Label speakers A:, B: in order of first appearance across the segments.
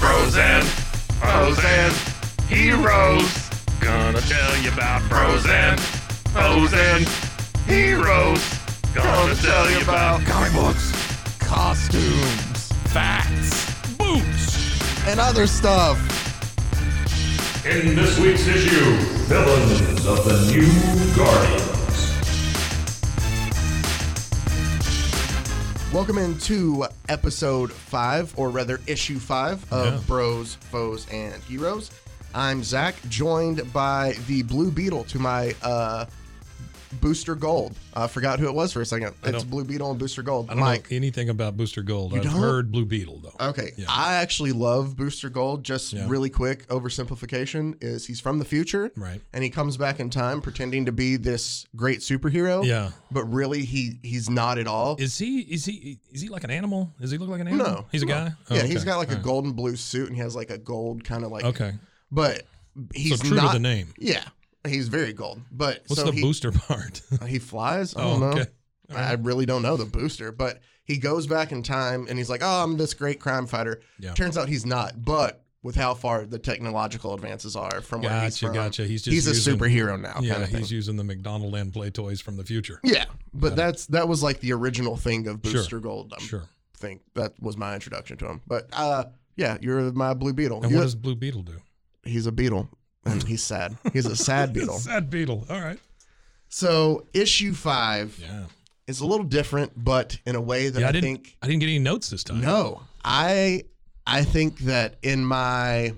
A: Frozen, frozen heroes. Gonna tell you about frozen, frozen heroes. Gonna tell you about
B: comic books, costumes, facts, boots, and other stuff.
C: In this week's issue, villains of the new Guardians.
B: Welcome into episode five, or rather issue five of Bros, Foes, and Heroes. I'm Zach, joined by the Blue Beetle to my uh, Booster Gold. I forgot who it was for a second. It's
D: don't-
B: Blue Beetle and Booster Gold.
D: I don't
B: Mike.
D: know anything about Booster Gold.
B: You
D: I've
B: don't?
D: heard Blue Beetle though.
B: Okay,
D: Yeah.
B: I actually love Booster Gold. Just
D: Yeah.
B: really quick oversimplification is he's from the future,
D: Right.
B: And he comes back in time pretending to be this great superhero,
D: Yeah.
B: But really, he he's not at all.
D: Is he is he is he like an animal? Does he look like an animal?
B: No,
D: He's a
B: no.
D: guy? Oh,
B: yeah, he's
D: okay.
B: got like a
D: All right.
B: golden blue suit, and he has like a gold kind of like
D: Okay.
B: But he's
D: true to
B: not
D: the name.
B: Yeah, he's very gold. But
D: What's
B: so
D: the
B: he,
D: booster part?
B: He flies. I
D: Oh,
B: don't know.
D: okay. All
B: I really don't know the booster, but he goes back in time and he's like, "Oh, I'm this great crime fighter."
D: Yeah.
B: Turns out he's not, but with how far the technological advances are from where he's
D: Gotcha,
B: from,
D: gotcha. He's just
B: he's a
D: using-
B: superhero now.
D: yeah,
B: kind of
D: he's
B: thing.
D: using the McDonald and play toys from the future.
B: yeah, but that's that was like the original thing of
D: Sure.
B: Booster Gold. I
D: Sure.
B: think that was my introduction to him. But uh, yeah, you're my Blue Beetle.
D: And
B: You-
D: what does Blue Beetle do?
B: he's a beetle, and he's sad. He's a sad beetle.
D: Sad Beetle. All right.
B: So issue five
D: Yeah.
B: is a little different, but in a way that
D: yeah, I,
B: I,
D: didn't
B: think
D: I didn't get any notes this time.
B: no, I I think that in my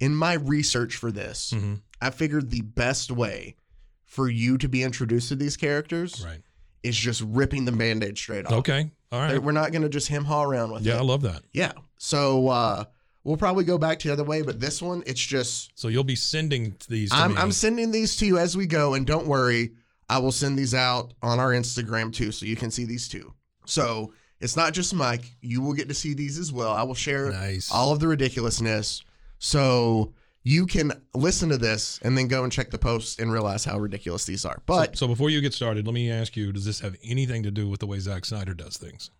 B: in my research for this,
D: Mhm.
B: I figured the best way for you to be introduced to these characters
D: Right.
B: is just ripping the band-aid straight off.
D: Okay. All right.
B: We're not gonna just him haw around with
D: Yeah, I
B: it.
D: love that.
B: yeah. So uh we'll probably go back to the other way, but this one it's just
D: So you'll be sending these to
B: I'm,
D: me.
B: I'm sending these to you as we go, and don't worry, I will send these out on our Instagram too, so you can see these too. So it's not just Mike; you will get to see these as well. I will share
D: Nice.
B: all of the ridiculousness, so you can listen to this and then go and check the posts and realize how ridiculous these are. But
D: so before you get started, let me ask you: Does this have anything to do with the way Zack Snyder does things?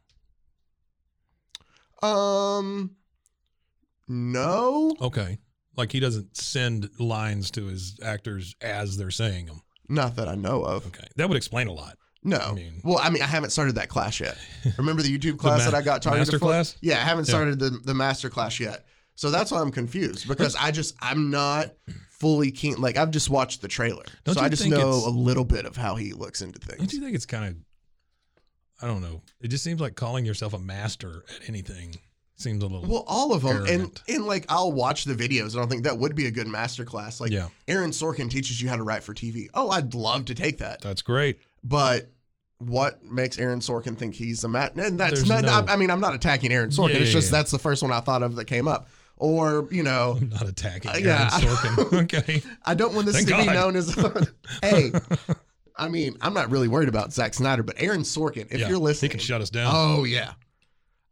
B: um, no,
D: Okay, like he doesn't send lines to his actors as they're saying them.
B: not that I know of.
D: Okay, that would explain a lot.
B: No.
D: I mean-
B: well, I mean, I haven't started that class yet. Remember the YouTube class
D: ma-
B: that I got targeted
D: master
B: for?
D: class?
B: Yeah, I haven't
D: Yeah.
B: started the, the master class yet. So that's why I'm confused because I just, I'm not fully keen. Like, I've just watched the trailer.
D: Don't
B: so
D: you
B: I just
D: think
B: know
D: it's-
B: a little bit of how he looks into
D: Don't
B: things.
D: you think it's kind of, I don't know. It just seems like calling yourself a master at anything seems a little.
B: Well, all of them. And,
D: Arrogant.
B: and, like, I'll watch the videos and I'll think that would be a good master class. Like,
D: Yeah.
B: Aaron Sorkin teaches you how to write for TV. Oh, I'd love to take that.
D: that's great.
B: But. What makes Aaron Sorkin think he's a mat? And that's
D: There's
B: not.
D: no-
B: I, I mean, I'm not attacking Aaron Sorkin.
D: Yeah,
B: it's
D: yeah,
B: just
D: yeah.
B: that's the first one I thought of that came up. Or you know,
D: I'm not attacking.
B: Uh,
D: Aaron
B: yeah.
D: Sorkin. okay.
B: I don't want this
D: Thank
B: to be
D: God.
B: known as. hey, I mean, I'm not really worried about Zack Snyder, but Aaron Sorkin, if
D: Yeah,
B: you're listening,
D: he can shut us down.
B: Oh yeah,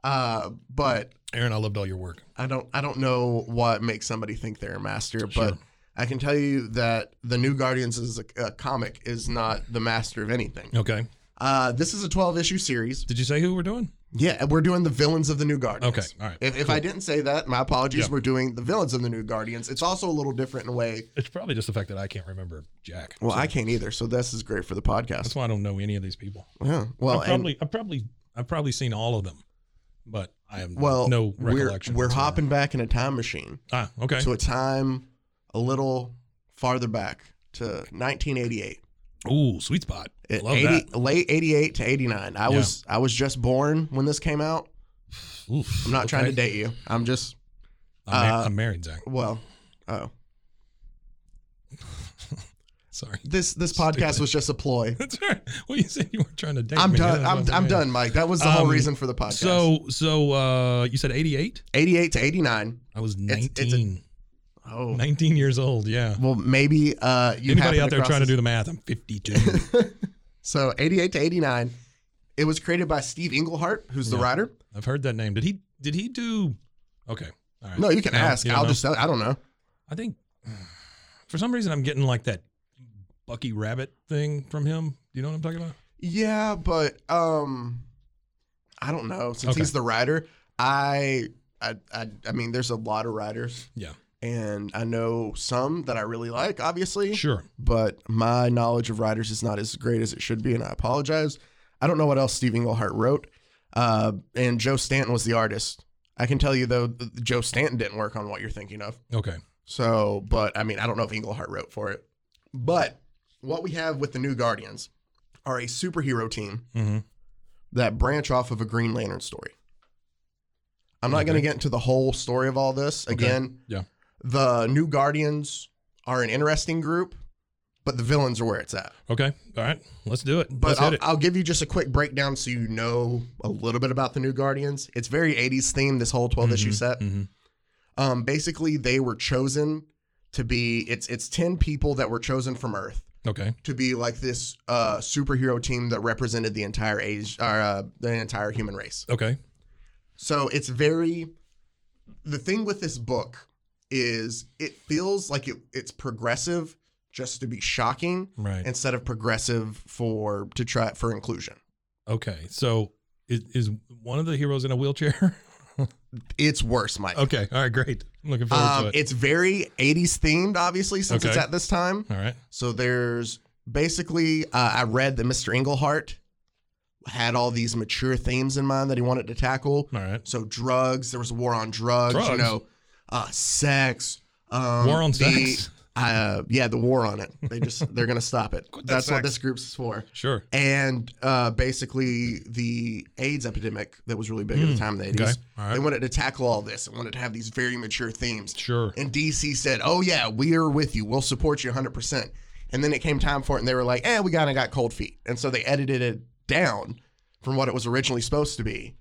B: uh, but
D: Aaron, I loved all your work.
B: I don't. I don't know what makes somebody think they're a master, but I can tell you that the New Guardians is a, a comic is not the master of anything.
D: Okay.
B: Uh, this is a 12 issue series.
D: Did you say who we're doing?
B: Yeah, we're doing the villains of the New Guardians.
D: Okay, all right,
B: If, if I didn't say that, my apologies.
D: Yep.
B: We're doing the villains of the New Guardians. It's also a little different in a way.
D: It's probably just the fact that I can't remember Jack.
B: Well,
D: So
B: I can't either, so this is great for the
D: That's
B: podcast.
D: why I don't know any of these people.
B: Yeah. Well,
D: I've
B: and-
D: probably, I've probably, I've probably seen all of them, but I have
B: well,
D: no
B: we're
D: recollection.
B: we're
D: whatsoever.
B: hopping back in a time machine
D: Ah, okay.
B: to a time a little farther back to 1988.
D: Ooh, sweet spot.
B: It-
D: Love
B: 80 Late 88 to 89. I
D: Yeah.
B: was I was just born when this came out.
D: that. Oof,
B: I'm not trying to
D: okay.
B: date you. I'm just
D: I'm, ma-
B: uh,
D: I'm married, Zach.
B: well, oh.
D: Sorry.
B: This this podcast was just a ploy.
D: That's all right. Well, you said you weren't trying to date
B: I'm
D: me.
B: done.
D: That's
B: I'm,
D: what
B: I'm
D: saying.
B: done, Mike. That was the whole
D: Um,
B: reason for the podcast.
D: So, so uh, you said 88?
B: 88 to 89.
D: I was
B: It's-
D: 19.
B: it's a- Oh.
D: 19 years old, yeah.
B: Well, maybe uh you
D: Anybody
B: happened
D: out there
B: across
D: trying
B: this-
D: to do the math? I'm 52.
B: So 88 to 89. It was created by Steve Englehart, who's the
D: Yeah.
B: writer.
D: I've heard that name. Did he? Did he do? Okay. All right.
B: No, you can ask.
D: you don't
B: I'll
D: know?
B: just tell I don't know.
D: I think for some reason I'm getting like that Bucky Rabbit thing from him. Do you know what I'm talking about?
B: Yeah, but um I don't know. Since
D: Okay.
B: he's the writer, I, I I I mean there's a lot of writers
D: Yeah.
B: and I know some that I really like, obviously.
D: Sure.
B: But my knowledge of writers is not as great as it should be, and I apologize. I don't know what else Steve Englehart wrote. Uh, and Joe Stanton was the artist. I can tell you though, th- Joe Stanton didn't work on what you're thinking of.
D: Okay.
B: So, but I mean, I don't know if Englehart wrote for it. But what we have with the New Guardians are a superhero team
D: Mm-hmm.
B: that branch off of a Green Lantern story. I'm not
D: Okay.
B: going to get into the whole story of all this. Again,
D: Yeah.
B: the New Guardians are an interesting group, but the villains are where it's at.
D: Okay. All right. Let's do it.
B: But
D: Let's
B: I'll,
D: hit it.
B: I'll give you just a quick breakdown so you know a little bit about the New Guardians. It's very 80s themed, this whole 12 issue set.
D: hmm
B: Um, basically, they were chosen to be it's it's 10 people that were chosen from Earth
D: Okay.
B: to be like this uh, superhero team that represented the entire age or uh, the entire human race.
D: Okay.
B: So it's very the thing with this book is it feels like it, it's progressive just to be shocking
D: Right.
B: instead of progressive for to try for inclusion.
D: Okay. So is, is one of the heroes in a wheelchair?
B: It's worse, Mike.
D: okay. All right. Great. I'm looking forward
B: Um,
D: to it.
B: it's very 80s themed, obviously, since it's
D: Okay.
B: at this time.
D: All right.
B: So there's basically, uh, I read that Mr. Englehart had all these mature themes in mind that he wanted to tackle.
D: All right.
B: So drugs, there was a war on drugs, you
D: Drugs?
B: know, uh, sex. Um,
D: War on
B: the-
D: sex?
B: Uh, yeah, the war on it. They just they're gonna stop it. That's what this group's for.
D: Sure.
B: And uh, basically, the AIDS epidemic that was really big at the time in the 80s.
D: Hmm. okay. All right.
B: They wanted to tackle all this and wanted to have these very mature themes.
D: Sure.
B: And DC said, "Oh yeah, we are with you. We'll support you 100." percent And then it came time for it, and they were like, "Eh, we kind of got cold feet." And so they edited it down from what it was originally supposed to be,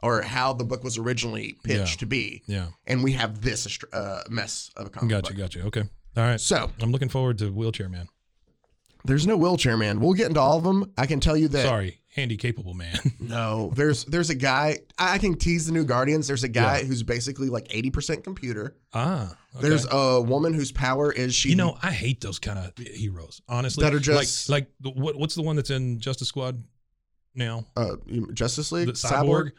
B: or how the book was originally pitched
D: Yeah.
B: to be.
D: Yeah.
B: And we have this uh, mess of a comic
D: Gotcha.
B: book.
D: Gotcha. Okay. All right.
B: So
D: I'm looking forward to wheelchair man.
B: there's no wheelchair man. We'll get into all of them. I can tell you that.
D: Sorry, handy capable man.
B: No, there's there's a guy. I I can tease the new Guardians. There's a guy who's basically like 80% computer.
D: ah. Okay.
B: There's a woman whose power is she.
D: You know, I hate those kind of heroes. Honestly,
B: That are just-
D: like, like the, what, what's the one that's in Justice Squad now?
B: uh, you- Justice League
D: The cyborg.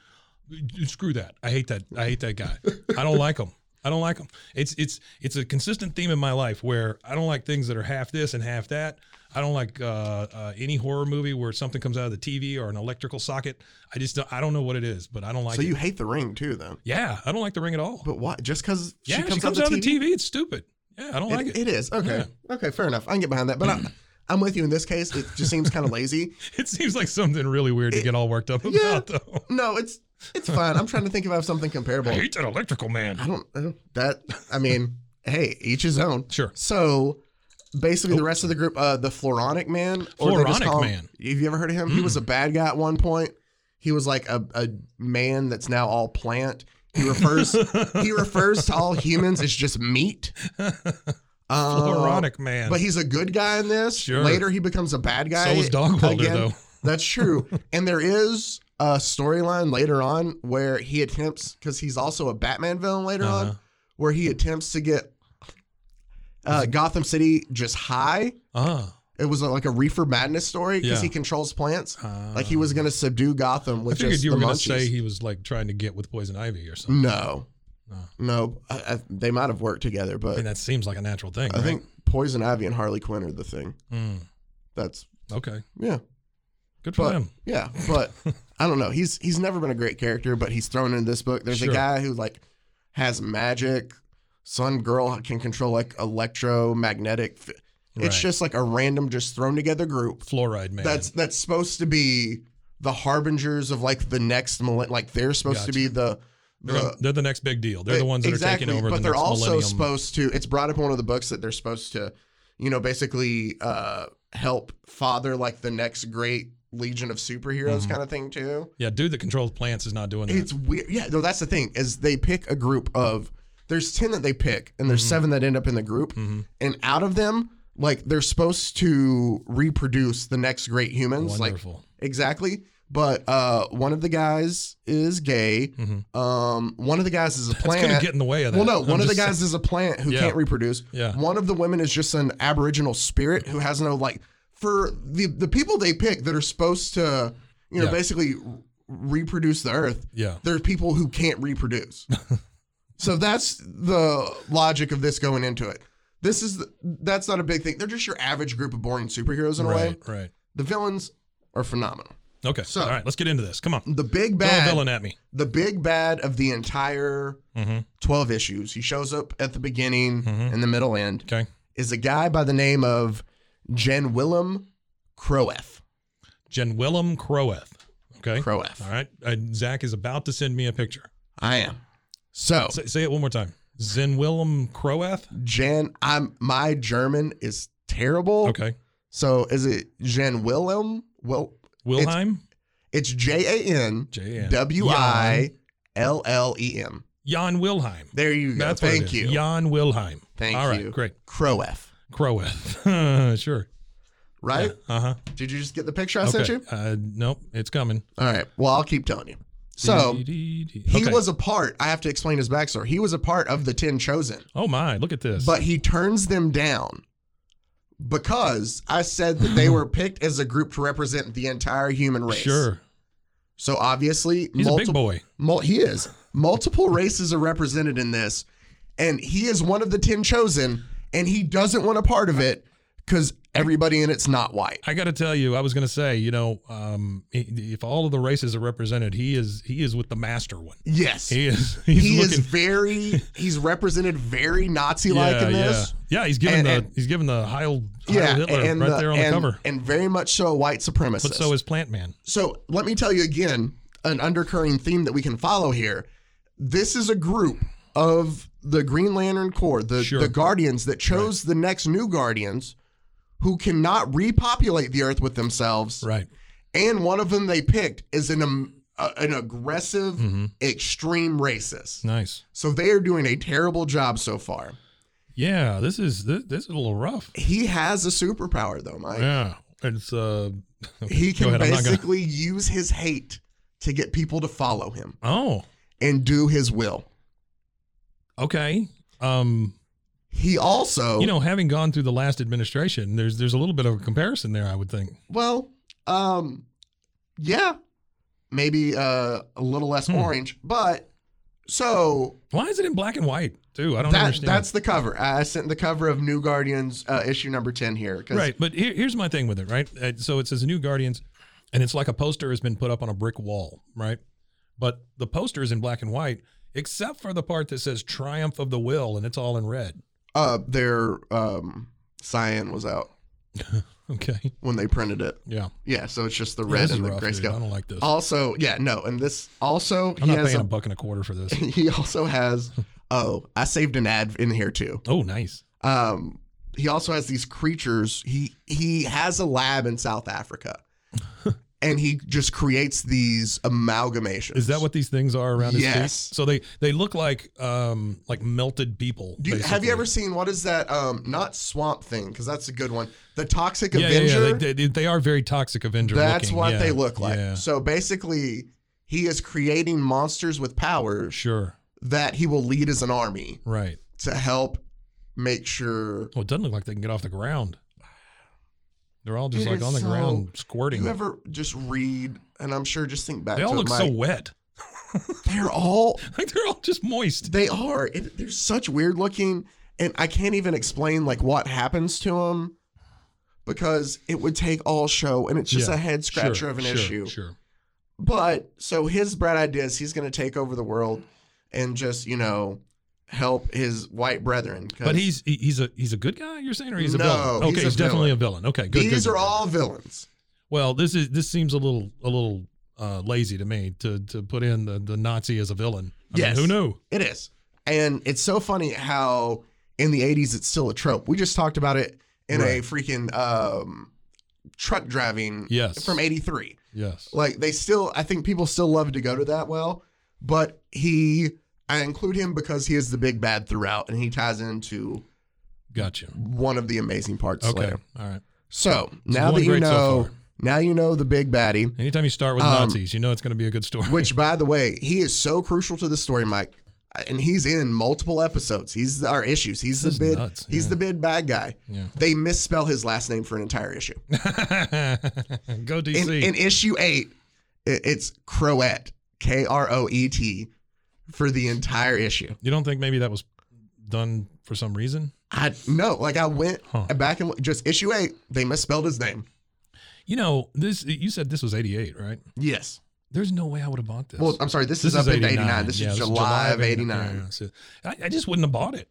D: Screw that. I hate that. I hate that guy. I don't like him. I don't like him. It's it's it's a consistent theme in my life where I don't like things that are half this and half that. I don't like uh, uh, any horror movie where something comes out of the TV or an electrical socket. I just don't, I don't know what it is, but I don't like.
B: so
D: it.
B: you hate the ring too, then?
D: yeah, I don't like the ring at all.
B: But why? Just because
D: yeah, she comes, out, of the TV. It's stupid. Yeah, I don't like
B: It- it
D: it.
B: is okay. Okay, fair enough. I can get behind that, but I, I'm with you in this case. It just seems kind of lazy.
D: It seems like something really weird to get all worked up about,
B: Yeah.
D: though.
B: No, it's it's fine. I'm trying to think if I have something comparable.
D: I hate that electrical
B: I
D: man.
B: don't I don't- that. I mean, hey, each his own.
D: Sure. Oh.
B: So basically, the rest of the group, uh, the Floronic Man, or they just
D: Floronic
B: call him-
D: Man. Mm.
B: Have you ever heard of him? He was a bad guy at one point. He was like a, a man that's now all plant. He refers he refers to all humans as just meat. Uh,
D: Floronic man.
B: But he's a good guy in this.
D: Sure.
B: Later, he becomes a bad guy.
D: So is Dogwalder,
B: again.
D: though.
B: That's true. and there is a storyline later on where he attempts, because he's also a Batman villain later
D: Uh-huh.
B: on, where he attempts to get uh, Gotham City just high.
D: Ah,
B: it was like a reefer madness story because
D: Yeah. Uh-huh.
B: he controls plants. like he was going to subdue Gotham
D: I
B: with
D: figured
B: just
D: you
B: the
D: were going to
B: munchies.
D: say he Uh. was like trying to get with poison ivy or something.
B: no, no, I, I, they might have worked together, but
D: I mean, that seems like a natural thing.
B: I
D: right?
B: think Poison Ivy and Harley Quinn are the thing.
D: Mm,
B: That's
D: okay,
B: yeah,
D: good for
B: but
D: them.
B: yeah, but I don't know. He's he's never been a great character, but he's thrown in this book. There's
D: Sure.
B: a guy who like has magic. Some girl can control like electromagnetic. F- It's
D: Right.
B: just like a random, just thrown together group
D: Fluoride man.
B: that's that's supposed to be the harbingers of like the next millennium. Like they're supposed to
D: Gotcha.
B: be the.
D: they're, the,
B: the
D: they're the next big deal. They're the ones that
B: exactly,
D: are taking over.
B: But
D: the
B: they're
D: next
B: also
D: millennium.
B: supposed to. It's brought up in one of the books that they're supposed to, you know, basically uh, help father like the next great legion of superheroes
D: Mm-hmm.
B: kind of thing too.
D: Yeah, dude that controls plants is not doing that.
B: It's weird. Yeah, no, that's the thing is they pick a group of there's ten that they pick and
D: Mm-hmm.
B: there's seven that end up in the group, and out of them. Like they're supposed to reproduce the next great humans, like
D: Wonderful.
B: Exactly. But uh, one of the guys is gay. Um, one of the guys is a
D: It's
B: plant.
D: Mm-hmm. gonna get in the way of that.
B: well, no,
D: I'm
B: one of the
D: just
B: guys
D: saying.
B: is a plant who
D: Yeah.
B: can't reproduce.
D: Yeah.
B: One of the women is just an aboriginal spirit who has no like for the the people they pick that are supposed to, you know,
D: Yeah.
B: basically r- reproduce the earth.
D: Yeah.
B: There are people who can't reproduce. so that's the logic of this going into it. This is the, that's not a big thing. They're just your average group of boring superheroes in a way.
D: right, right.
B: The villains are phenomenal.
D: Okay, all right. Let's get into this. Come on,
B: The big
D: throw a
B: bad,
D: villain at me. Mm-hmm,
B: the big bad of the entire twelve issues. He shows up at the beginning and the middle end.
D: Okay,
B: Is a guy by the name of Jen Willem Croeth.
D: Jen Willem Croeth. Okay,
B: Croeth.
D: All right, uh, Zach is about to send me a picture.
B: I am. So
D: Say, say it one more time. Zen Willem Croeth.
B: Jen, I'm my German is terrible.
D: Okay,
B: So is it Jen Willem? Well,
D: Wilhelm
B: it's J A N
D: J.A.N..
B: W I L L E M.
D: Jan Wilhelm.
B: There you go.
D: That's what it
B: Thank
D: is.
B: you.
D: Jan Wilhelm.
B: Thank
D: All right,
B: you.
D: great.
B: Croeth.
D: Croeth. sure.
B: Right?
D: Uh huh.
B: Did you just get the picture I
D: Okay.
B: sent you?
D: Uh, nope, it's coming.
B: All right. Well, I'll keep telling you. So he was a part. I have to explain his backstory. He was a part of the ten chosen,
D: Oh my! Look at this.
B: but he turns them down because I said that they were picked as a group to represent the entire human race.
D: sure,
B: So obviously,
D: he's a big
B: multiple.
D: boy.
B: Mul- he is. Multiple races are represented in this, and he is one of the 10 chosen, and he doesn't want a part of it because everybody in it's not white.
D: I got to tell you, I was going to say, you know, um, i- if all of the races are represented, he is he is with the master one.
B: Yes.
D: He is. He's
B: he
D: looking,
B: is very, he's represented very Nazi like
D: yeah,
B: in
D: yeah,
B: this.
D: yeah. He's giving
B: And-
D: the
B: and-
D: he's giving the Heil, Heil
B: Yeah,
D: Hitler
B: and
D: right
B: the-
D: there on the
B: and-
D: cover.
B: and very much so a white supremacist.
D: But so is Plant Man.
B: So let me tell you again an undercurrent theme that we can follow here. This is a group of the Green Lantern Corps, the,
D: Sure.
B: the Guardians that chose the next new Guardians who cannot repopulate the Earth with themselves.
D: Right.
B: And one of them they picked is an, um, uh, an aggressive,
D: Mm-hmm.
B: extreme racist.
D: Nice.
B: So they are doing a terrible job so far.
D: Yeah. This is this, this is a little rough.
B: He has a superpower, though, Mike.
D: Yeah. It's uh.
B: He
D: Go
B: can
D: ahead, I'm not gonna-
B: basically use his hate to get people to follow him
D: Oh.
B: and do his will.
D: Okay. Um.
B: He also,
D: You know, having gone through the last administration, there's there's a little bit of a comparison there. I would think.
B: well, um, yeah, maybe uh, a little less
D: Hmm.
B: orange, but so
D: Why is it in black and white too? I don't
B: that
D: understand.
B: that's the cover. I I sent the cover of New Guardians uh, issue number ten here. 'cause-
D: Right, but here, here's my thing with it, right? Uh, So it says New Guardians, and it's like a poster has been put up on a brick wall, right? But the poster is in black and white, except for the part that says Triumph of the Will, and it's all in red.
B: uh, their um, cyan was out
D: Okay,
B: when they printed it.
D: yeah,
B: Yeah, so it's just the
D: Yeah,
B: red
D: this is
B: and the
D: rough, dude. I
B: grayscale.
D: don't like this.
B: Also, yeah, no, and this also
D: I'm
B: he
D: not
B: has
D: paying a
B: a,
D: buck and a quarter for this.
B: he also has. Oh, I saved an ad in here too.
D: Oh, nice.
B: um, he also has these creatures. He he has a lab in South Africa, and he just creates these amalgamations.
D: Is that what these things are around? his feet?
B: Yes.
D: So they they look like um like melted people.
B: Do you, have you
D: basically.
B: ever seen what is that? Um, not swamp thing because that's a good one. The Toxic
D: Yeah, yeah,
B: Avenger.
D: yeah. They, they, they are very toxic Avenger.
B: that's
D: looking.
B: what
D: Yeah,
B: they look like.
D: Yeah,
B: So basically, he is creating monsters with powers
D: sure.
B: that he will lead as an army
D: Right.
B: to help make sure.
D: Well, it doesn't look like they can get off the ground. They're all just
B: It
D: like
B: is
D: on the
B: so-
D: ground squirting.
B: You ever just read, and I'm sure just think back
D: they
B: to
D: all
B: it,
D: look so
B: Mike.
D: wet.
B: They're all
D: Like they're all just moist.
B: They are. It, they're such weird looking, and I can't even explain like what happens to them because it would take all show, and it's just
D: Yeah,
B: a head scratcher of an
D: sure,
B: issue.
D: Sure.
B: But so his bright idea is he's going to take over the world and just you know help his white brethren. 'cause
D: But he's he- he's a he's a good guy. You're saying, or he's
B: No,
D: a villain?
B: he's
D: Okay,
B: a
D: he's, definitely a villain. Okay, good.
B: these
D: good,
B: are
D: good.
B: all villains.
D: Well, this is this seems a little a little uh, lazy to me to to put in the, the Nazi as a villain. I mean,
B: Yes.
D: who knew?
B: It is. And it's so funny how in the 80s it's still a trope. We just talked about it in a
D: Right.
B: freaking um, truck driving
D: Yes.
B: from 83.
D: Yes.
B: Like they still, I think people still love to go to that well, but he, I include him because he is the big bad throughout and he ties into
D: Gotcha.
B: one of the amazing parts. of
D: Okay.
B: Slayer.
D: All right.
B: So now
D: one
B: that you
D: great so
B: know,
D: far.
B: now you know the big baddie,
D: Anytime you start with
B: Um,
D: Nazis, you know it's going to be a good story.
B: which by the way, he is so crucial to the story, Mike. And he's in multiple episodes. He's our issues. He's
D: This is
B: the big,
D: nuts,
B: he's
D: yeah.
B: the big bad guy.
D: Yeah.
B: They misspell his last name for an entire issue.
D: Go DC.
B: in, in issue eight, it, it's Croet, K R O E T, for the entire issue.
D: you don't think maybe that was done for some reason?
B: I no, like I went
D: Huh.
B: back and looked- just issue eight, they misspelled his name.
D: You know, this you said this was 88, right?
B: Yes.
D: There's no way I would have bought this.
B: Well, I'm sorry, this, is, up at 89. This
D: Yeah,
B: is July of 89.
D: Yeah, yeah, so I, I just wouldn't have bought it.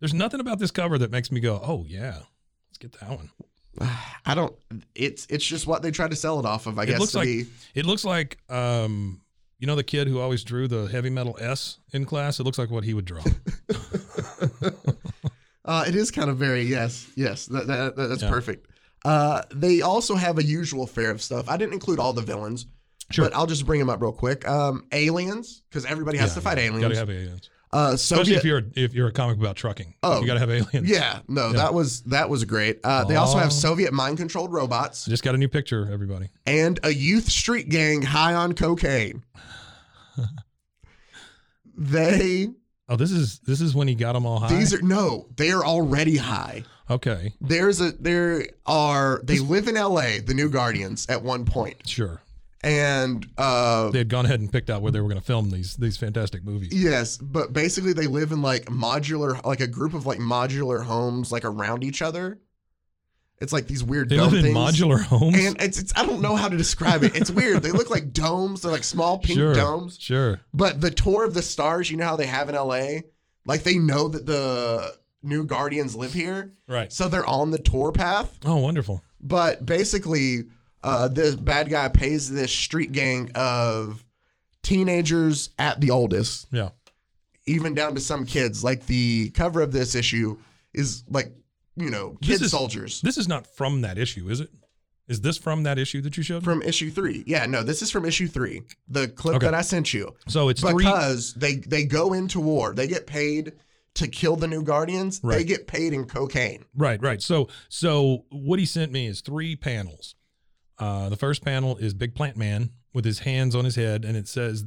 D: There's nothing about this cover that makes me go, "Oh yeah, let's get that one."
B: I don't. It's it's just what they try to sell it off of. I
D: it
B: guess
D: looks
B: to
D: like
B: be
D: it looks like um, you know the kid who always drew the heavy metal S in class. It looks like what he would draw.
B: Uh, it is kind of very yes, yes. That, that, that- that's
D: Yeah.
B: perfect. Uh, they also have a usual fare of stuff. I didn't include all the villains,
D: Sure.
B: but I'll just bring them up real quick. Um, aliens, because everybody has to fight
D: Gotta
B: aliens.
D: have aliens,
B: uh,
D: especially
B: Soviet,
D: if you're if you're a comic about trucking.
B: Oh.
D: you gotta have aliens.
B: yeah, no, that was that was great. Uh, they also
D: Aw.
B: have Soviet mind controlled robots
D: I just got a new picture, everybody.
B: and a youth street gang high on cocaine. they
D: Oh, this is this is when he got them all high.
B: these are no, they are already high.
D: okay,
B: There's a there are they live in L.A. The New Guardians at one point,
D: sure.
B: and uh,
D: They had gone ahead and picked out where they were going to film these these fantastic movies.
B: yes, but basically they live in like modular, like a group of like modular homes, like around each other. It's like these weird
D: They
B: dome
D: live in
B: things.
D: modular homes.
B: and it's, it's I don't know how to describe it. It's weird. they look like domes. They're like small pink
D: sure,
B: domes.
D: sure.
B: But the tour of the stars, you know how they have in L.A. Like they know that the New Guardians live here,
D: Right.
B: so they're on the tour path.
D: Oh, wonderful.
B: But basically, uh, this bad guy pays this street gang of teenagers at the oldest,
D: Yeah.
B: even down to some kids. Like the cover of this issue is like, you know,
D: This
B: kid
D: is-
B: soldiers
D: This is not from that issue, is it? Is this from that issue that you showed? me?
B: from issue three. Yeah, no, this is from issue three, the clip
D: Okay.
B: that I sent you.
D: so it's three.
B: Because they, they go into war, they get paid to kill the new guardians, they
D: Right.
B: get paid in cocaine.
D: Right, right. So, so what he sent me is three panels. Uh, the first panel is Big Plant Man with his hands on his head, and it says,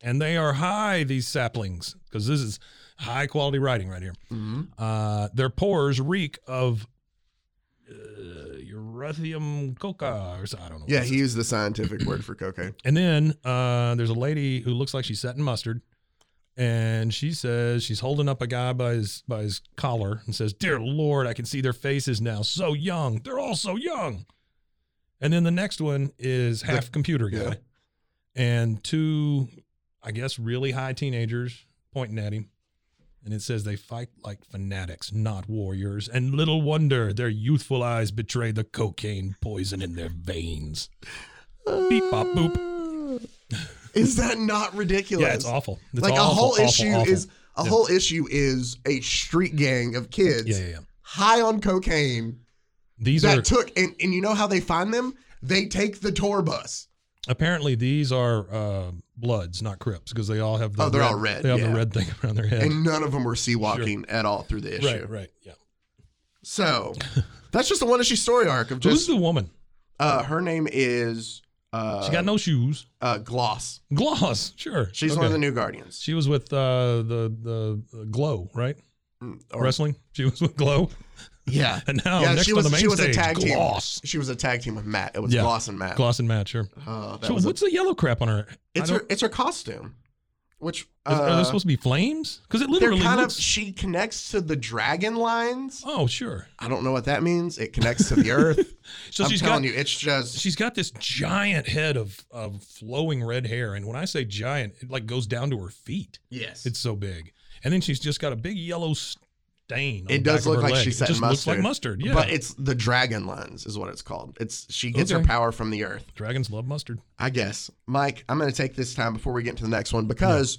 D: "And they are high these saplings," because this is high quality writing right here.
B: Mm-hmm.
D: Uh, their pores reek of uh, uranium coca, or so, I don't know.
B: Yeah, he used the scientific word for cocaine.
D: And then uh, there's a lady who looks like she's setting mustard, and she says she's holding up a guy by his by his collar and says, "Dear Lord, I can see their faces now. So young. They're all so young." And then the next one is half computer guy,
B: yeah.
D: and two, I guess, really high teenagers pointing at him. And it says they fight like fanatics, not warriors. And little wonder their youthful eyes betray the cocaine poison in their veins. Beep, bop, boop.
B: Is that not ridiculous?
D: Yeah, it's awful. It's
B: like
D: awful,
B: a whole
D: awful,
B: issue
D: awful.
B: is a
D: Yeah.
B: whole issue is a street gang of kids
D: yeah, yeah, yeah.
B: high on cocaine
D: These
B: that
D: are
B: took and, and you know how they find them? They take the tour bus.
D: apparently these are uh, bloods, not Crips, because they all have the
B: Oh, they're all red,
D: They have
B: yeah.
D: the red thing around their head.
B: And none of them were sea walking at all through the issue.
D: right, right, yeah.
B: So that's just the one issue story arc of
D: Who's
B: just
D: the woman?
B: uh, her name is uh,
D: She got no shoes.
B: uh Gloss.
D: Gloss, sure.
B: She's one of
D: Okay.
B: the new guardians.
D: She was with uh, the the uh, Glow, right?
B: Mm, or-
D: Wrestling. She was with Glow.
B: Yeah.
D: And now
B: yeah,
D: next
B: she
D: on
B: was,
D: the main
B: she was
D: stage,
B: a tag
D: Gloss.
B: team. She was a tag team with Matt. It was
D: Yeah.
B: Gloss and Matt.
D: Gloss and Matt, sure.
B: Oh, that
D: So
B: was a-
D: what's the yellow crap on her? I
B: it's her
D: don't-
B: it's her costume. Which
D: is- are
B: uh,
D: those supposed to be flames? Because it
B: they're
D: literally
B: kind
D: looks.
B: of she connects to the dragon lines.
D: oh, sure.
B: I don't know what that means. It connects to the earth.
D: So
B: I'm
D: she's
B: telling
D: got
B: you, it's just
D: she's got this giant head of of flowing red hair, and when I say giant, it like goes down to her feet.
B: yes.
D: It's so big, and then she's just got a big yellow stain. On
B: It
D: the
B: does
D: back of
B: look
D: her
B: like
D: leg.
B: she's
D: It
B: said
D: just looks like mustard. Yeah,
B: But it's the dragon lens is what it's called. It's she gets her
D: Okay.
B: power from the earth.
D: dragons love mustard.
B: I guess. Mike, I'm going to take this time before we get into the next one because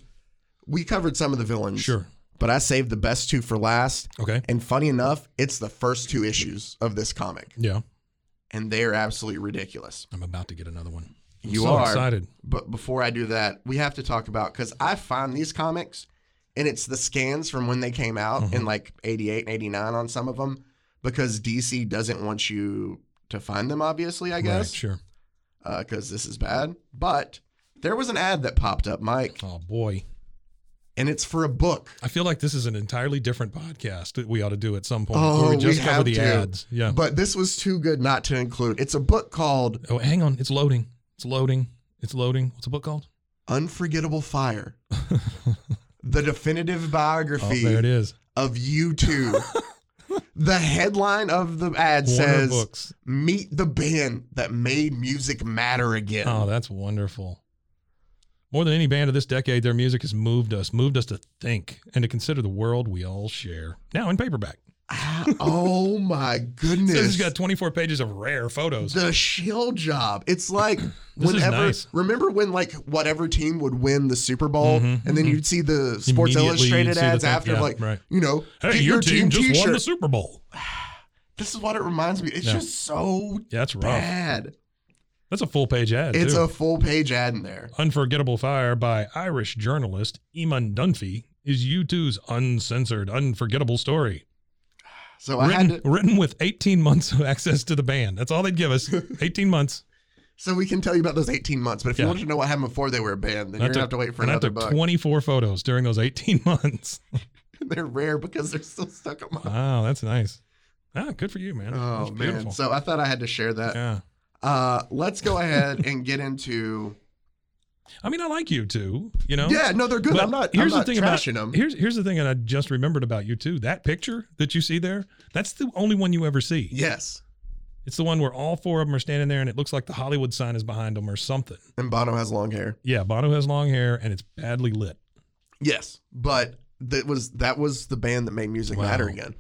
B: we covered some of the villains.
D: Sure.
B: But I saved the best two for last.
D: Okay.
B: And funny enough, it's the first two issues of this comic,
D: Yeah,
B: and they are absolutely ridiculous.
D: I'm about to get another one. I'm
B: You
D: so
B: are.
D: excited.
B: But before I do that, we have to talk about because I find these comics and it's the scans from when they came out
D: Mm-hmm.
B: in like 88 and 89 on some of them because DC doesn't want you to find them, obviously, I
D: Right,
B: guess,
D: sure.
B: because this is bad. But there was an ad that popped up, Mike,
D: Oh boy,
B: and it's for a book.
D: I feel like this is an entirely different podcast that we ought to do at some point.
B: Oh,
D: where
B: we,
D: we just cover
B: have
D: the
B: to.
D: ads. Yeah.
B: But this was too good not to include. It's a book called
D: oh, hang on. It's loading. It's loading. It's loading. What's the book called?
B: Unforgettable Fire, the definitive
D: Oh,
B: biography
D: there it is.
B: of U2. the headline of the ad
D: Warner
B: says,
D: Books.
B: Meet the band that made music matter again.
D: Oh, that's wonderful. More than any band of this decade, their music has moved us, moved us to think and to consider the world we all share. Now in paperback.
B: Ah, oh my
D: So
B: goodness.
D: this has got 24 pages of rare photos.
B: the shill job. It's like
D: This is
B: whenever
D: nice.
B: remember when like whatever team would win the Super Bowl
D: Mhm,
B: and then
D: mhm.
B: you'd see the Sports
D: Immediately
B: Illustrated
D: you'd see the
B: ads
D: thing.
B: after
D: Yeah,
B: like
D: right.
B: you know
D: Hey,
B: get
D: your, team, just won
B: t-shirt.
D: the Super Bowl.
B: This is what it reminds me. It's
D: Yeah.
B: just so
D: Yeah, that's rough.
B: bad.
D: That's a full page ad.
B: It's
D: too.
B: a full page ad in there.
D: Unforgettable Fire by Irish journalist Eamon Dunphy is U2's uncensored, unforgettable story.
B: So I had
D: Written,
B: to
D: written with 18 months of access to the band. That's all they'd give us. 18 months.
B: So we can tell you about those 18 months, but if you
D: Yeah.
B: wanted to know what happened before they were banned, then
D: And
B: you're
D: I took-
B: gonna have to wait for
D: and I
B: another
D: took
B: book.
D: 24 photos during those 18 months.
B: they're rare because they're still stuck on my.
D: Wow, that's nice. Ah, good for you, man.
B: Oh
D: that's Uh, beautiful.
B: man! So I thought I had to share that.
D: yeah.
B: Uh, let's go ahead and get into.
D: I mean, I like you too, you know?
B: Yeah, no, they're good.
D: But
B: I'm not.
D: Here's
B: I'm not
D: the thing
B: trashing
D: about
B: them.
D: here's here's the thing, and I just remembered about you too. That picture that you see there, that's the only one you ever see.
B: yes,
D: It's the one where all four of them are standing there, and it looks like the Hollywood sign is behind them or something.
B: and Bono has long hair.
D: Yeah, Bono has long hair, and it's badly lit.
B: Yes, but that was that was the band that made music
D: Wow.
B: matter again.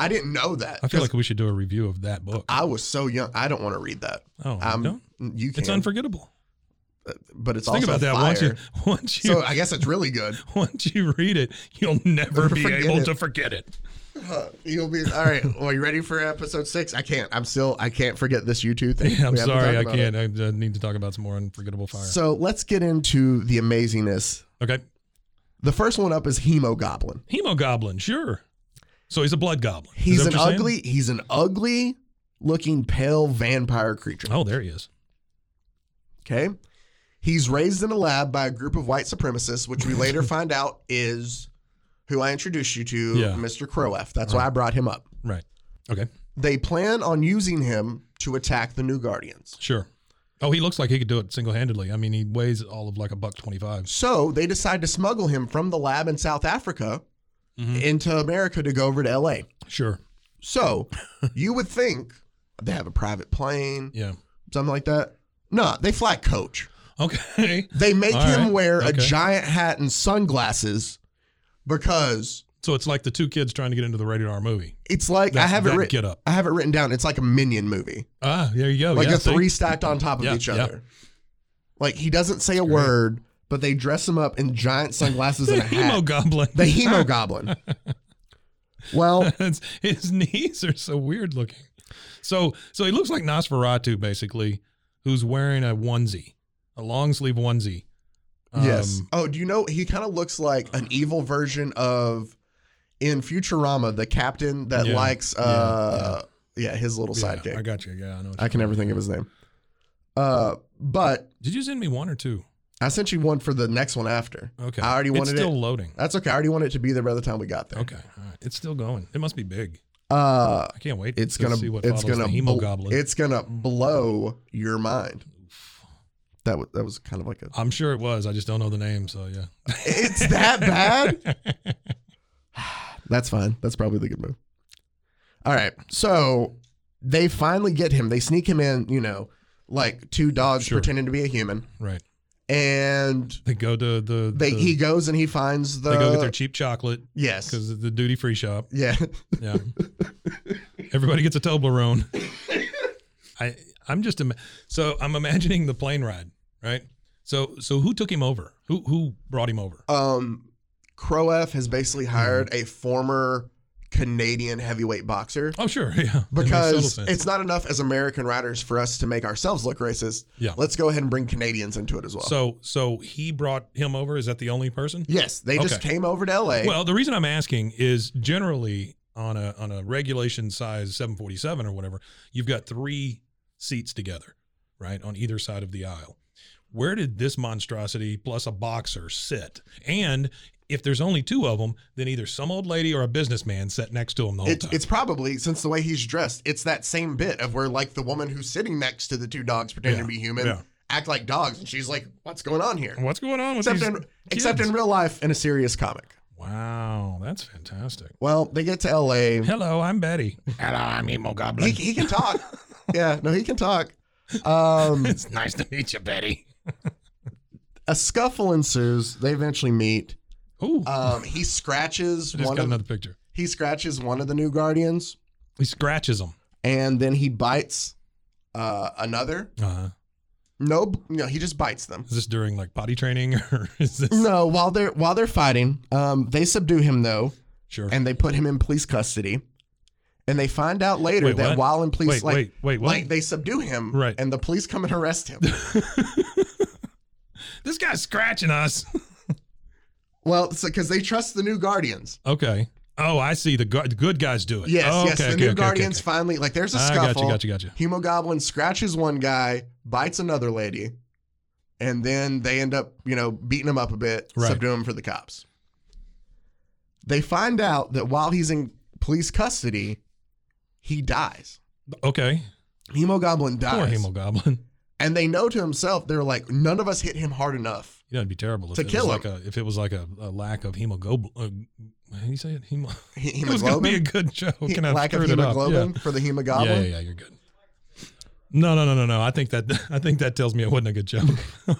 B: I didn't know that.
D: I feel
B: 'cause
D: like we should do a review of that book.
B: I was so young. I don't want to read that.
D: oh,
B: I'm,
D: don't.
B: You can,
D: It's unforgettable.
B: but it's
D: Think
B: also
D: about that once you
B: fire.
D: once you
B: So I guess it's really good.
D: once you read it, you'll never be
B: Forget
D: able
B: it.
D: to forget it.
B: You'll be all right. Well, you ready for episode six? I can't. I'm still. I can't forget this U2 thing.
D: Yeah, I'm
B: We haven't
D: sorry,
B: talked
D: I
B: about
D: can't. I, I uh, need to talk about some more unforgettable
B: it.
D: fire.
B: So let's get into the amazingness.
D: okay,
B: The first one up is Hemogoblin.
D: hemogoblin, sure. So he's a blood goblin. Is
B: He's
D: that
B: an
D: what you're saying?
B: ugly. He's an ugly looking pale vampire creature.
D: Oh, there he is.
B: Okay. He's raised in a lab by a group of white supremacists, which we later find out is who I introduced you to,
D: Yeah.
B: Mr. Crowef. That's why I brought him up.
D: Right. Okay.
B: They plan on using him to attack the New Guardians.
D: Sure. Oh, he looks like he could do it single handedly. I mean, he weighs all of like a buck twenty five.
B: So they decide to smuggle him from the lab in South Africa
D: Mhm.
B: into America to go over to LA.
D: Sure.
B: So you would think they have a private plane,
D: Yeah.
B: something like that. No, they fly coach.
D: Okay.
B: They make
D: All
B: him
D: right,
B: wear a
D: okay.
B: giant hat and sunglasses because
D: So it's like the two kids trying to get into the rated R movie.
B: it's like I
D: That-
B: have it
D: that
B: written.
D: get up.
B: I have it written down. It's like a minion movie,
D: Ah, there you go.
B: like
D: yeah,
B: a
D: see?
B: three stacked on top of
D: Yeah,
B: each
D: yeah.
B: other. Like he doesn't say a word, but they dress him up in giant sunglasses
D: The
B: and a hat.
D: hemogoblin.
B: the hemogoblin. well,
D: It's- His knees are so weird looking. So so he looks like Nosferatu basically, who's wearing a onesie, a long sleeve onesie.
B: yes.
D: Um,
B: Oh, do you know he kind of looks like an evil version of in Futurama, the captain that
D: Yeah,
B: likes
D: yeah,
B: uh yeah, his little
D: yeah,
B: sidekick.
D: I got you. Yeah, I know. what
B: I,
D: you-
B: can never think of his name. Uh but
D: Did you send me one or two?
B: I sent you one for the next one after.
D: Okay.
B: I already
D: it's
B: wanted
D: still
B: it.
D: loading.
B: That's okay. I already wanted it to be there by the time we got there.
D: Okay. All right. It's still going. It must be big.
B: Uh,
D: I can't wait.
B: it's
D: to
B: gonna
D: see what
B: it's
D: bottles
B: gonna
D: the
B: bl-
D: hemoglobin.
B: it's gonna blow your mind. That was that was kind of like a
D: I'm sure it was. I just don't know the name. So yeah.
B: it's that bad. That's fine. That's probably the good move. All right. So they finally get him. They sneak him in, you know, like two dogs
D: Sure.
B: pretending to be a human.
D: Right.
B: And
D: They go to the.
B: they
D: the-
B: he goes and he finds the
D: they go get their cheap chocolate
B: Yes.
D: because the duty free shop.
B: Yeah.
D: Yeah. Everybody gets a Toblerone. I I'm just ima- so I'm imagining the plane ride, right? So so who took him over? Who who brought him over?
B: Um Crow F has basically
D: Mm-hmm.
B: hired a former Canadian heavyweight boxer.
D: Oh sure, yeah. That makes total
B: because
D: sense.
B: it's not enough as American writers for us to make ourselves look racist.
D: Yeah.
B: Let's go ahead and bring Canadians into it as well.
D: so so he brought him over. Is that the only person?
B: yes, they just
D: Okay.
B: came over to LA.
D: Well, the reason I'm asking is generally on a on a regulation size 747 or whatever, you've got three seats together, right, on either side of the aisle. Where did this monstrosity plus a boxer sit? And if there's only two of them, then either some old lady or a businessman sat next to him the whole
B: It,
D: time.
B: it's probably since the way he's dressed, it's that same bit of where like the woman who's sitting next to the two dogs pretending
D: Yeah,
B: to be human
D: yeah.
B: act like dogs, and she's like, "What's going on here?"
D: What's going on with
B: Except
D: these
B: in except
D: kids?
B: in real life in a serious comic.
D: Wow, that's fantastic.
B: Well, they get to LA.
D: Hello, I'm Betty.
E: Hello, I'm Emo
B: He,
E: Goblin.
B: he can talk. yeah, no, he can talk. Um,
E: It's nice to meet you, Betty.
B: a scuffle ensues. They eventually meet.
D: Ooh,
B: Um, he scratches
D: I just
B: one
D: got
B: of
D: another picture.
B: he scratches one of the new guardians
D: He scratches them.
B: and then he bites uh, another
D: Uh-huh.
B: no no he just bites them
D: Is this during like potty training or is this
B: no while they're while they're fighting um, they subdue him though
D: sure?
B: and they put him in police custody and they find out later
D: Wait,
B: that
D: what?
B: while in police
D: Wait,
B: like
D: wait, wait, what?
B: like they subdue him
D: Right.
B: and the police come and arrest him
D: this guy's scratching us.
B: well because they trust the new guardians
D: okay. Oh, I see. The, gu- the good guys do it.
B: yes
D: Oh,
B: yes the
D: okay, okay,
B: new
D: okay, okay,
B: guardians
D: okay.
B: finally like there's a
D: I gotcha,
B: scuffle
D: gotcha, gotcha.
B: Humo Goblin scratches one guy, bites another lady, and then they end up, you know, beating him up a bit,
D: Right.
B: subduing him for the cops. They find out that while he's in police custody, he dies.
D: Okay.
B: Humo Goblin
D: Poor
B: dies.
D: hemoglobin.
B: And they know to himself, they're like, none of us hit him hard enough.
D: You know, it'd be terrible if
B: To
D: it
B: kill
D: was like a if it was like a, a lack of hemoglobin. Uh, how do you say it? Hemo-
B: He-
D: it was gonna be a
B: hemoglobin?
D: good joke.
B: He-
D: Can I
B: lack of
D: screwed it up?
B: hemoglobin for the
D: Yeah. yeah,
B: hemoglobin.
D: yeah, yeah. You're good. No, no, no, no, no. I think that I think that tells me it wasn't a good joke.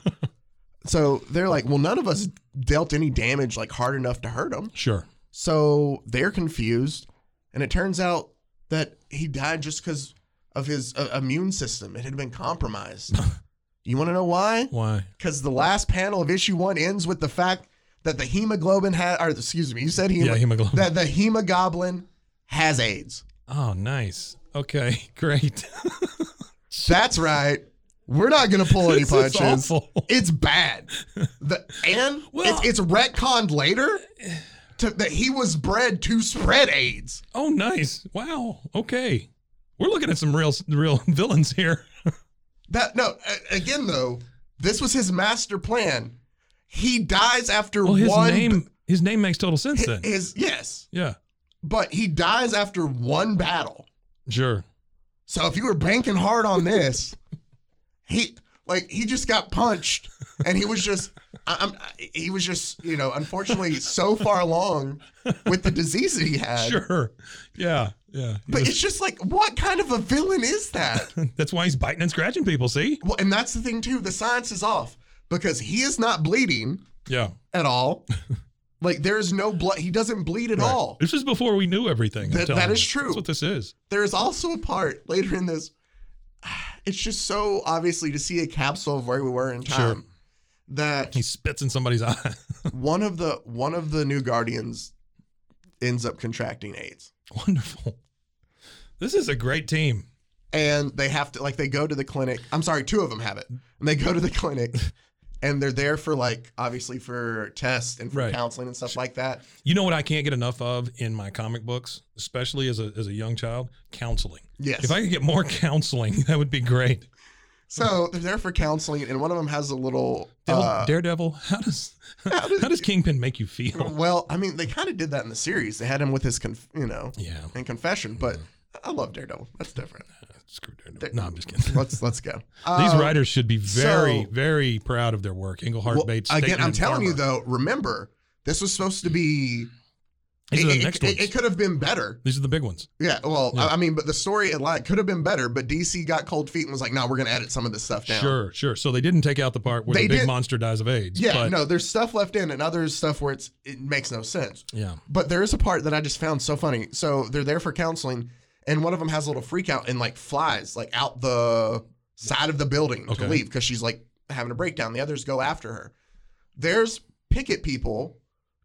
B: So they're like, well, none of us dealt any damage like hard enough to hurt him.
D: sure.
B: So they're confused, and it turns out that he died just because of his uh, immune system. It had been compromised. you want to know why?
D: Why?
B: Because the last panel of issue one ends with the fact that the hemoglobin had, or excuse me, you said hemo-
D: Yeah, hemoglobin.
B: that the hemoglobin has AIDS.
D: Oh, nice. Okay, great.
B: That's right. We're not gonna pull any
D: This is
B: punches.
D: awful.
B: It's bad. The and
D: Well-
B: it's, it's retconned later to, that he was bred to spread AIDS.
D: Oh, nice. Wow. Okay. We're looking at some real real villains here.
B: That no. a- Again, though, this was his master plan. He dies after
D: Well, his
B: one.
D: name his name makes total sense
B: his,
D: then.
B: yes,
D: yeah,
B: but he dies after one battle.
D: sure.
B: So if you were banking hard on this, he like he just got punched, and he was just. I- I'm, I- he was just, you know, unfortunately so far along with the disease that he had.
D: Sure. Yeah. Yeah. He
B: But
D: was-
B: it's just like, what kind of a villain is that?
D: that's why he's biting and scratching people, see?
B: well, and that's the thing, too. The science is off because he is not bleeding.
D: Yeah.
B: at all. like there is no blood. He doesn't bleed at all.
D: This is before we knew everything. I'm
B: Oh. That-
D: telling
B: that is
D: you.
B: true.
D: That's what this is.
B: There is also a part later in this. It's just so obviously to see a capsule of where we were in time
D: Sure.
B: that
D: He spits in somebody's eye.
B: one of the one of the new guardians ends up contracting AIDS.
D: Wonderful. This is a great team.
B: And they have to like they go to the clinic. I'm sorry, two of them have it. And they go to the clinic and they're there for like obviously for tests and for
D: Right.
B: counseling and stuff like that.
D: You know what I can't get enough of in my comic books, especially as a as a young child? Counseling.
B: Yes.
D: If I could get more counseling, that would be great.
B: So they're there for counseling, and one of them has a little.
D: Devil,
B: uh,
D: Daredevil. How does how does, Kingpin make you feel?
B: well, I mean, they kind of did that in the series. They had him with his, conf- you know,
D: Yeah,
B: and confession. But I love Daredevil. That's different.
D: screw Daredevil. No, I'm just kidding.
B: Let's let's go.
D: These
B: Um,
D: writers should be very,
B: so-
D: very proud of their work. Englehart
B: well,
D: Bates.
B: again,
D: Staten,
B: I'm
D: and
B: telling you
D: Farmer.
B: though. Remember, this was supposed to be. it,
D: These are the
B: it-
D: next
B: it-
D: ones.
B: it could have been better.
D: These are the big ones.
B: Yeah, well,
D: Yeah.
B: I I mean, but the story it like could have been better, but DC got cold feet and was like, "No, we're going to edit some of this stuff down."
D: Sure, sure. So they didn't take out the part where
B: They
D: the big
B: did-
D: monster dies of AIDS.
B: Yeah,
D: but-
B: no, there's stuff left in, and others stuff where it's it makes no sense.
D: Yeah.
B: But there is a part that I just found so funny. So they're there for counseling, and one of them has a little freak out and like flies like out the side of the building
D: Okay.
B: to leave because she's like having a breakdown. The others go after her. There's picket people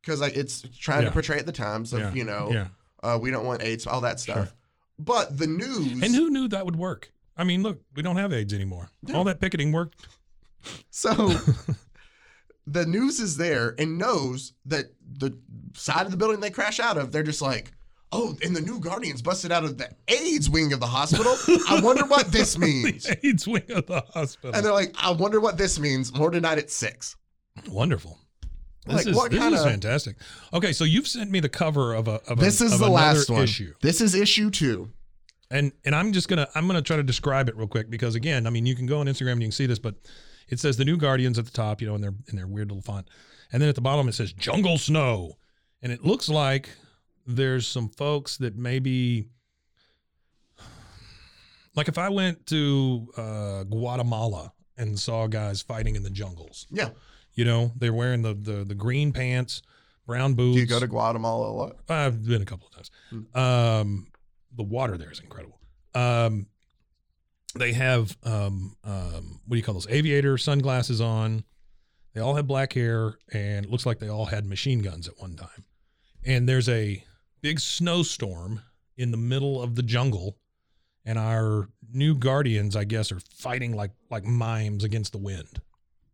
B: because like, it's trying
D: Yeah.
B: to portray at the times of
D: yeah,
B: you know
D: Yeah.
B: uh, we don't want AIDS, all that stuff.
D: Sure.
B: But the news
D: And who knew that would work? I mean, look, we don't have AIDS anymore. All that picketing worked.
B: So the news is there and knows that the side of the building they crash out of, they're just like, oh, and the new Guardians busted out of the AIDS wing of the hospital. I wonder what this means.
D: AIDS wing of the hospital.
B: And uh, they're like, I wonder what this means. More tonight at six.
D: Wonderful. This
B: Like,
D: is
B: what
D: this
B: kinda-
D: is fantastic. Okay, so you've sent me the cover of a of
B: This
D: a,
B: is
D: of
B: the
D: another
B: last one.
D: issue,
B: This is issue two.
D: and and I'm just gonna I'm gonna try to describe it real quick because again, I mean, you can go on Instagram and you can see this, but it says the new Guardians at the top, you know, in their in their weird little font, and then at the bottom it says Jungle Snow, and it looks like there's some folks that maybe. Like if I went to uh, Guatemala and saw guys fighting in the jungles,
B: Yeah.
D: you know, they're wearing the the, the green pants, brown boots.
B: Do you go to Guatemala a lot?
D: I've been a couple of times.
B: Hmm.
D: Um, the water there is incredible. Um, they have um, um, what do you call those? Aviator sunglasses on. They all have black hair, and it looks like they all had machine guns at one time. And there's a big snowstorm in the middle of the jungle, and our new guardians, I guess, are fighting like like mimes against the wind.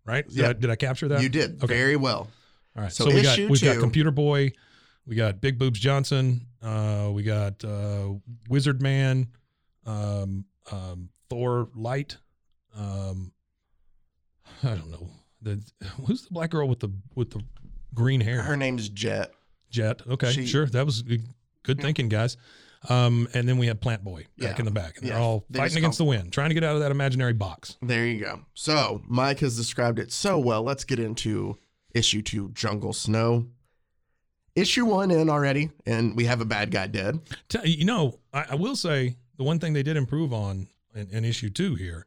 D: Right? Did, I,
B: Yeah.
D: did I capture that?
B: You did
D: Okay.
B: very well.
D: All right. So,
B: So
D: we got
B: issue
D: we've got
B: two-
D: Computer Boy, we got Big Boobs Johnson, uh, we got uh, Wizard Man, um, um, Thor Light. Um, I don't know the who's the black girl with the with the green hair.
B: Her name's Jet.
D: Jet. Okay,
B: She-
D: sure. That was good good thinking, guys. Um, and then we have Plant Boy back
B: Yeah.
D: in the back, and they're
B: Yeah.
D: all
B: They
D: fighting
B: just
D: against the wind, trying to get out of that imaginary box.
B: There you go. So Mike has described it so well. Let's get into issue two, Jungle Snow. Issue one in already, and we have a bad guy dead.
D: Tell- You know, I, I will say the one thing they did improve on in, in issue two here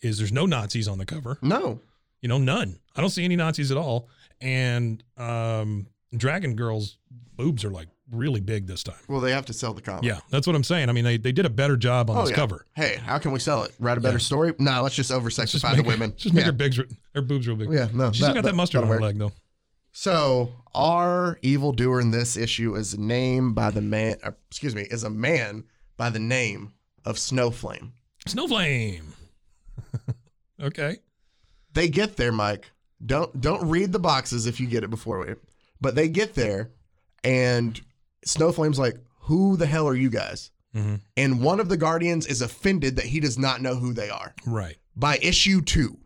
D: is there's no Nazis on the cover.
B: No.
D: You know, none. I don't see any Nazis at all. And um, Dragon Girl's boobs are like really big this time.
B: Well, they have to sell the comic.
D: Yeah, that's what I'm saying. I mean, they, they did a better job on
B: Oh,
D: this
B: yeah.
D: cover.
B: Hey, how can we sell it? Write a better
D: Yeah.
B: story? No, let's just
D: Just
B: oversexify
D: make
B: the women.
D: Just make
B: yeah.
D: her bigs, her boobs real big.
B: Yeah, no.
D: She's still got that, mustard on her
B: that'll work.
D: leg though.
B: So our evildoer in this issue is named by the man. uh, excuse me, is a man by the name of Snowflame.
D: Snowflame. okay.
B: they get there, Mike. Don't don't read the boxes if you get it before we. But they get there, and Snowflame's like, "Who the hell are you guys?"
D: Mhm.
B: And one of the guardians is offended that he does not know who they are.
D: Right.
B: By issue two,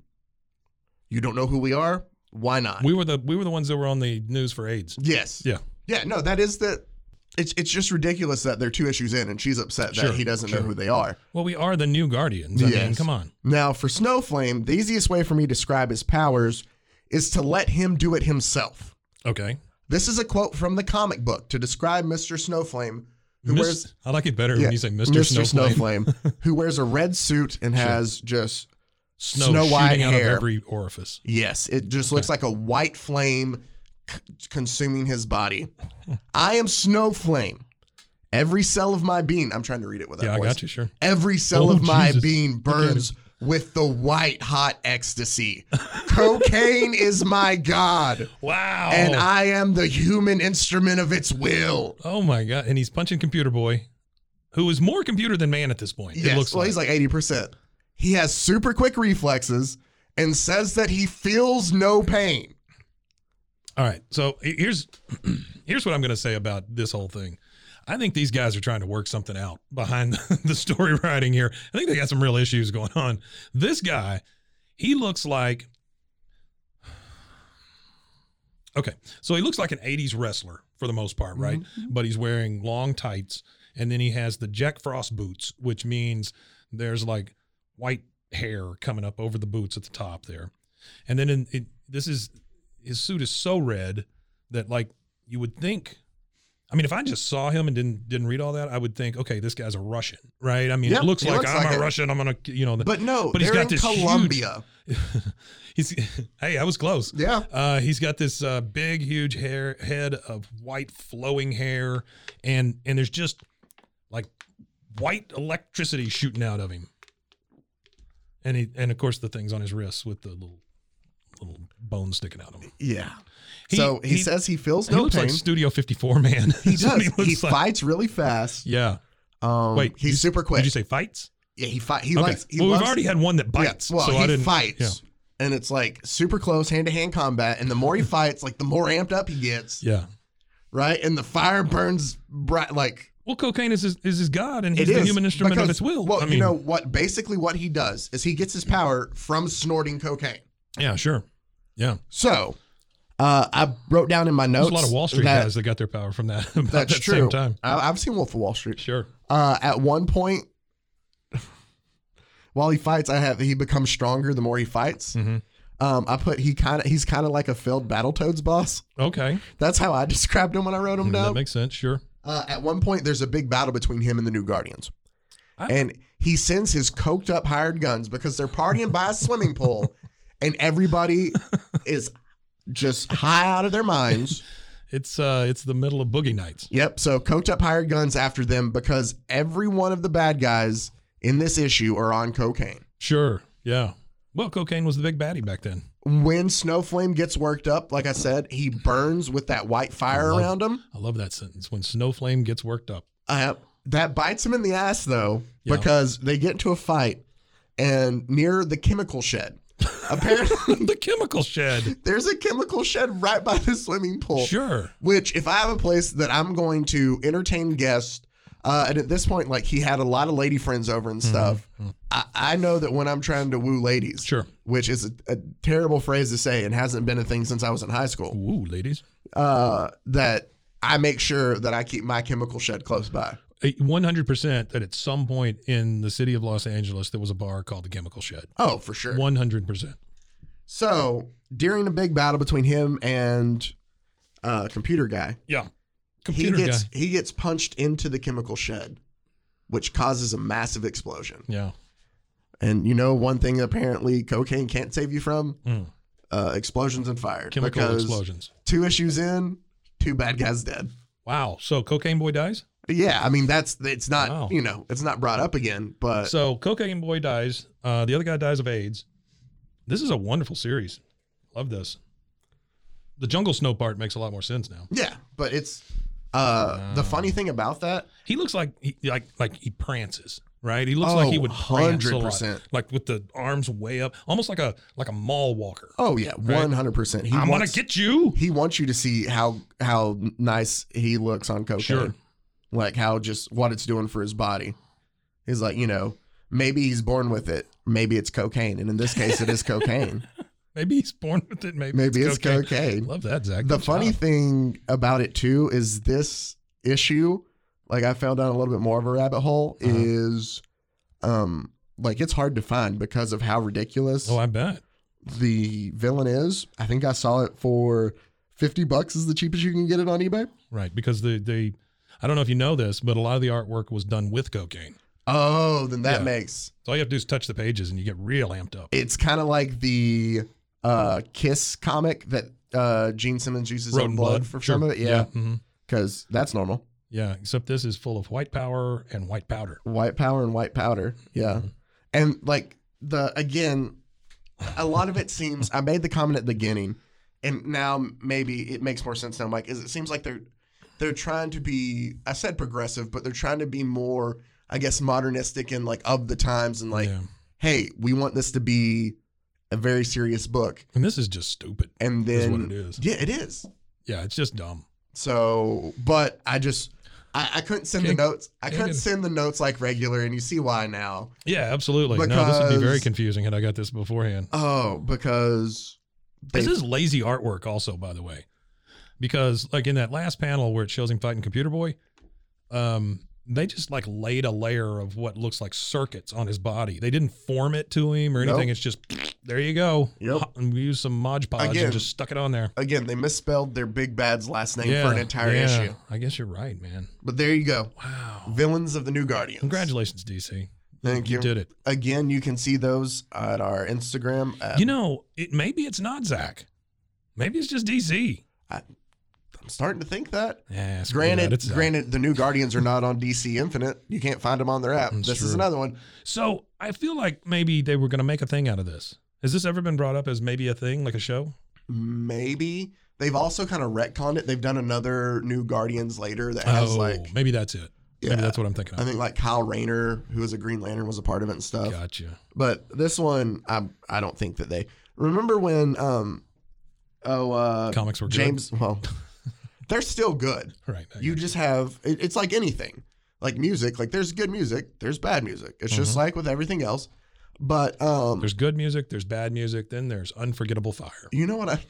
B: you don't know who we are. Why not?
D: We were the we were the ones that were on the news for AIDS.
B: yes.
D: Yeah.
B: Yeah. No, that is the. It's it's just ridiculous that they're two issues in, and she's upset that
D: Sure,
B: he doesn't
D: sure.
B: know who they are.
D: Well, we are the new guardians. I mean,
B: Yes.
D: come on.
B: Now, for Snowflame, the easiest way for me to describe his powers is to let him do it himself.
D: Okay.
B: This is a quote from the comic book to describe Mr. Snowflame, who
D: Mis-
B: wears
D: I like it better
B: yeah,
D: when you say Mr. Snowflame.
B: who wears a red suit and has just
D: Snow,
B: Snow White
D: shooting out
B: hair.
D: of every orifice.
B: yes, it just looks like a white flame c- consuming his body. I am Snowflame. Every cell of my being, I'm trying to read it without
D: Yeah, I
B: voice.
D: got you. Sure.
B: Every cell
D: Oh,
B: of my
D: Jesus.
B: being burns with the white hot ecstasy. Cocaine is my god,
D: Wow.
B: and I am the human instrument of its will.
D: Oh my god! And he's punching Computer Boy, who is more computer than man at this point.
B: Yes.
D: It looks
B: well,
D: like.
B: he's like eighty percent. He has super quick reflexes and says that he feels no pain.
D: All right. So he- here's here's what I'm going to say about this whole thing. I think these guys are trying to work something out behind the, the story writing here. I think they got some real issues going on. This guy, he looks like Okay. So he looks like an 80s wrestler for the most part, right?
B: Mm-hmm,
D: But he's wearing long tights and then he has the Jack Frost boots, which means there's like white hair coming up over the boots at the top there. And then in, it, this is his suit is so red that like you would think I mean, if I just saw him and didn't didn't read all that, I would think, okay, this guy's a Russian, right? I mean,
B: Yeah,
D: it looks
B: he
D: like
B: looks
D: I'm
B: like
D: a
B: it.
D: Russian. I'm gonna, you know, the-
B: But no,
D: But he's
B: they're
D: got
B: in
D: this huge-
B: Colombia.
D: he's hey, I was close.
B: Yeah.
D: Uh, he's got this uh, big, huge hair head of white flowing hair, and and there's just like white electricity shooting out of him. And he and of course the things on his wrists with the little little bone sticking out of him.
B: Yeah. so he, says he feels
D: he
B: no
D: looks
B: pain.
D: like Studio 54 man.
B: he does. He,
D: looks like.
B: fights really fast.
D: Yeah.
B: Um,
D: Wait,
B: he's
D: you-
B: super quick.
D: Did you say fights?
B: yeah, he fight. He likes. He
D: well,
B: loves,
D: we've already had one that bites.
B: Yeah, well,
D: so
B: he
D: I didn't,
B: fights,
D: Yeah.
B: and it's like super close hand to hand combat. And the more he fights, like the more amped up he gets,
D: yeah.
B: right? And the fire burns bright. Like
D: Well, cocaine is his, is his god, and he's
B: it
D: the
B: is,
D: human instrument
B: because-
D: of its will.
B: Well,
D: I mean,
B: you know what? Basically, what he does is he gets his power from snorting cocaine.
D: yeah, sure, yeah.
B: So, uh, I wrote down in my notes
D: There's a lot of Wall Street
B: that-
D: guys that got their power from that. About
B: That's
D: that
B: true.
D: Same time,
B: I, I've seen Wolf of Wall Street.
D: sure.
B: Uh, at one point, while he fights, I have he becomes stronger the more he fights.
D: Mm-hmm.
B: Um, I put he kind of he's kind of like a failed Battletoads boss.
D: Okay, Mm,
B: That's how I described him when I wrote him
D: that
B: down.
D: makes sense. Sure.
B: uh, at one point, there's a big battle between him and the New Guardians,
D: I-
B: and he sends his coked up hired guns because they're partying by a swimming pool, and everybody is just high out of their minds.
D: It's uh, it's the middle of boogie nights.
B: Yep. So coked up hired guns after them because every one of the bad guys in this issue are on cocaine.
D: Sure. Yeah. Well, cocaine was the big baddie back then.
B: When Snowflame gets worked up, like I said, he burns with that white fire
D: Love-
B: around him.
D: I love that sentence. When Snowflame gets worked up,
B: Uh, that bites him in the ass though
D: Yeah.
B: because they get into a fight and near the chemical shed. Apparently,
D: the chemical shed.
B: there's a chemical shed right by the swimming pool.
D: Sure.
B: Which, if I have a place that I'm going to entertain guests, uh, and at this point, like he had a lot of lady friends over
D: Mm-hmm.
B: and stuff, I, I know that when I'm trying to woo ladies,
D: Sure.
B: which is a, a terrible phrase to say and hasn't been a thing since I was in high school,
D: Ooh, ladies.
B: uh, that I make sure that I keep my chemical shed close by.
D: One hundred percent that at some point in the city of Los Angeles there was a bar called the Chemical Shed.
B: Oh, for sure.
D: One hundred percent.
B: So during a big battle between him and uh, computer guy,
D: Yeah. Computer
B: he gets
D: guy.
B: he gets punched into the chemical shed, which causes a massive explosion.
D: Yeah.
B: And you know one thing apparently cocaine can't save you from
D: Mm.
B: uh, explosions and fire.
D: Chemical
B: because
D: explosions.
B: Two issues in, two bad guys dead.
D: Wow. So cocaine boy dies.
B: But yeah, I mean that's it's not
D: Wow.
B: you know it's not brought up again, but
D: So cocaine boy dies. Uh, the other guy dies of AIDS. This is a wonderful series. Love this. The jungle snow part makes a lot more sense now.
B: yeah, but it's uh, the funny thing about that.
D: He looks like he like like he prances, right? He looks like he
B: Oh,
D: would prance a lot,
B: 100%.
D: like with the arms way up, almost like a like a mall walker.
B: Oh yeah, one hundred percent. He
D: I'm
B: wants
D: gonna get you.
B: he wants you to see how how nice he looks on cocaine,
D: Sure.
B: like how just what it's doing for his body. He's like you know maybe he's born with it, maybe it's cocaine, and in this case it is cocaine.
D: Maybe he's born with it. Maybe,
B: Maybe it's cocaine.
D: Love that, Zach.
B: the
D: Good
B: funny
D: job.
B: thing about it too is this issue like i fell down a little bit more of a rabbit hole
D: Uh-huh.
B: is um like it's hard to find because of how ridiculous
D: Oh, I bet.
B: the villain is i think i saw it for 50 bucks is the cheapest you can get it on ebay
D: Right, because the the I don't know if you know this, but a lot of the artwork was done with cocaine.
B: oh then that
D: Yeah.
B: makes
D: So all you have to do is touch the pages, and you get real amped up.
B: it's kind of like the uh kiss comic that uh gene simmons uses
D: Road
B: on
D: and
B: blood, for some of
D: Sure.
B: it yeah
D: hmm
B: because that's normal
D: yeah. Except this is full of white power and white powder.
B: white power and white powder. Yeah.
D: Mm-hmm.
B: And like the again, a lot of it seems I made the comment at the beginning, and now maybe it makes more sense now, Mike, is it seems like they're they're trying to be I said progressive, but they're trying to be more, I guess, modernistic and like of the times and like,
D: yeah.
B: hey, we want this to be a very serious book.
D: And this is just stupid.
B: And then
D: Is what it is.
B: Yeah, it is.
D: Yeah, it's just dumb.
B: So but I just I, I couldn't send
D: Can't-
B: the notes. I
D: can't
B: couldn't
D: get-
B: send the notes like regular, and you see why now.
D: Yeah, absolutely. no, this would be very
B: Because-
D: confusing had I got this beforehand.
B: Oh, because they-
D: This is lazy artwork, also, by the way, because like in that last panel where it shows him fighting Computer Boy, um, they just like laid a layer of what looks like circuits on his body. They didn't form it to him or
B: Nope.
D: anything. It's just there you go.
B: Yep.
D: And we used some Mod Podge
B: Again.
D: and just stuck it on there.
B: again they misspelled their big bad's last name for an entire
D: yeah.
B: issue.
D: I guess you're right, man.
B: But there you go.
D: Wow.
B: Villains of the New Guardians.
D: Congratulations, DC.
B: Thank you.
D: You did it.
B: Again, you can see those at our Instagram. At,
D: You know, it maybe it's not Zach. Maybe it's just DC.
B: I'm starting to think that.
D: Yeah, screw that,
B: Granted,
D: it's Zach.
B: granted, the New Guardians are not on DC Infinite. You can't find them on their app.
D: That's
B: this is
D: true.
B: another one.
D: So I feel like maybe they were going to make a thing out of this. Has this ever been brought up as maybe a thing, like a show?
B: Maybe they've also kind of retconned it. They've done another New Guardians later that has like
D: Oh, maybe that's it.
B: Yeah.
D: maybe that's what I'm thinking
B: I
D: of.
B: think like Kyle Rayner, who was a Green Lantern, was a part of it and stuff.
D: gotcha.
B: But this one, I I don't think that they remember when um oh uh
D: Comics were good.
B: James well they're still good.
D: Right. I
B: You
D: gotcha.
B: just have it, it's like anything, like music. Like there's good music, there's bad music. It's just
D: Mm-hmm.
B: like with everything else. But um,
D: there's good music, there's bad music, then there's unforgettable fire.
B: you know what I,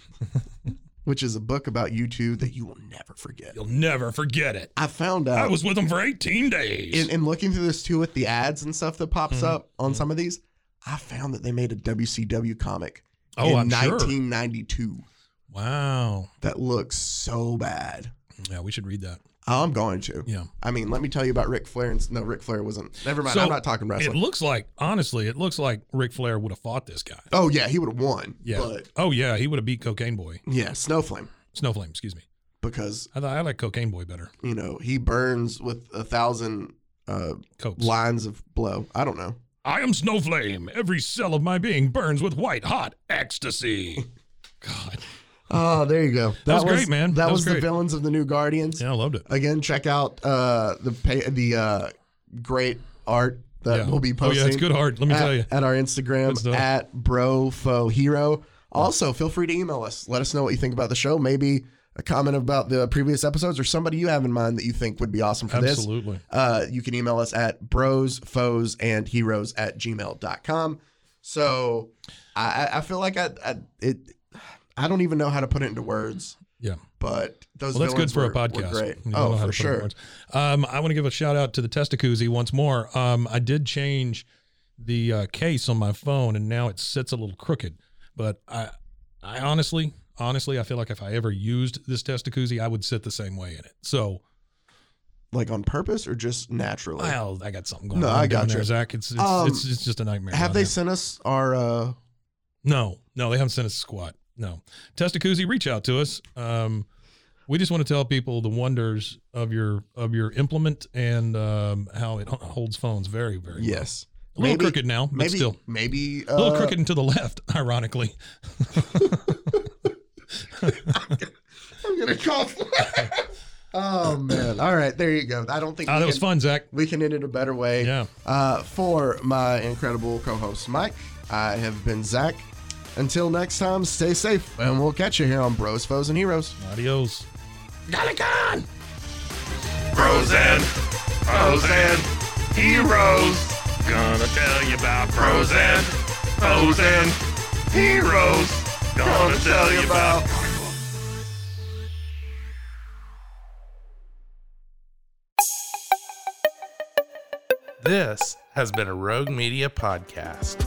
B: which is a book about you two that you will never forget.
D: You'll never forget it.
B: I found
D: I
B: out
D: was with them for 18 days.
B: in, in looking through this too with the ads and stuff that
D: Mm-hmm.
B: pops up on some of these. I found that they made a WCW comic
D: oh,
B: in
D: I'm sure.
B: 1992
D: Wow.
B: that looks so bad.
D: Yeah, we should read that.
B: I'm going to.
D: Yeah.
B: I mean, let me tell you about Ric Flair. And, no, Ric Flair wasn't. Never mind.
D: So,
B: I'm not talking wrestling.
D: It looks like, honestly, it looks like Ric Flair would have fought this guy.
B: Oh yeah, he would have won.
D: Yeah.
B: But
D: oh, yeah. He would have beat Cocaine Boy.
B: yeah, Snowflame
D: Snowflame, excuse me.
B: because
D: I, thought I like Cocaine Boy better.
B: you know he burns with a thousand uh,
D: Cokes.
B: lines of blow. I don't know.
D: I am Snowflame. Every cell of my being burns with white hot ecstasy. God.
B: Oh, there you go.
D: That was great, man.
B: That,
D: That
B: was,
D: was
B: the
D: great.
B: villains of the new Guardians.
D: Yeah, I loved it.
B: Again, check out uh, the pay, the uh, great art that
D: yeah.
B: we'll be posting.
D: Oh, yeah, it's good art. Let me
B: at,
D: tell you.
B: at our
D: Good
B: Instagram
D: stuff.
B: at brofohero. Also, feel free to email us. Let us know what you think about the show. Maybe a comment about the previous episodes or somebody you have in mind that you think would be awesome for this.
D: Absolutely.
B: Uh, you can email us at bros, foes, and heroes at gmail.com. So I, I- I feel like I, I it I don't even know how to put it into words,
D: Yeah.
B: but those
D: Well, that's good
B: villains
D: for a
B: were- were
D: podcast.
B: great.
D: You don't know
B: Oh,
D: how to
B: for
D: put it in
B: sure.
D: words. Um, I want to give a shout out to the Testacuzzi once more. Um, I did change the uh, case on my phone, and now it sits a little crooked. But I, I honestly, honestly, I feel like if I ever used this Testacuzzi, I would sit the same way in it. So,
B: Like on purpose or just naturally?
D: well, I got something going
B: No,
D: on.
B: I
D: down
B: gotcha.
D: there, Zach. It's it's,
B: Um,
D: it's it's just a nightmare.
B: Have
D: down
B: they
D: there.
B: sent us our uh
D: No, no, they haven't sent us a squat. No. Testacuzzi, reach out to us. Um, we just want to tell people the wonders of your of your implement and um, how it h- holds phones very, very well.
B: Yes.
D: A little crooked now, but
B: maybe,
D: still.
B: Maybe uh,
D: A little crooked and to the left, ironically.
B: I'm gonna cough. oh man! All right, there you go. I don't think
D: Ah,
B: we
D: that was
B: can-
D: fun, Zach.
B: We can end it a better way.
D: Yeah.
B: Uh, for my incredible co-host Mike, I have been Zach. Until next time, stay safe, and we'll catch you here on Bros, Foes, and Heroes.
D: Adios.
E: Galacon!
A: Bros and foes and heroes. Gonna tell you about bros and foes and heroes. Gonna tell you about.
F: This has been a Rogue Media podcast.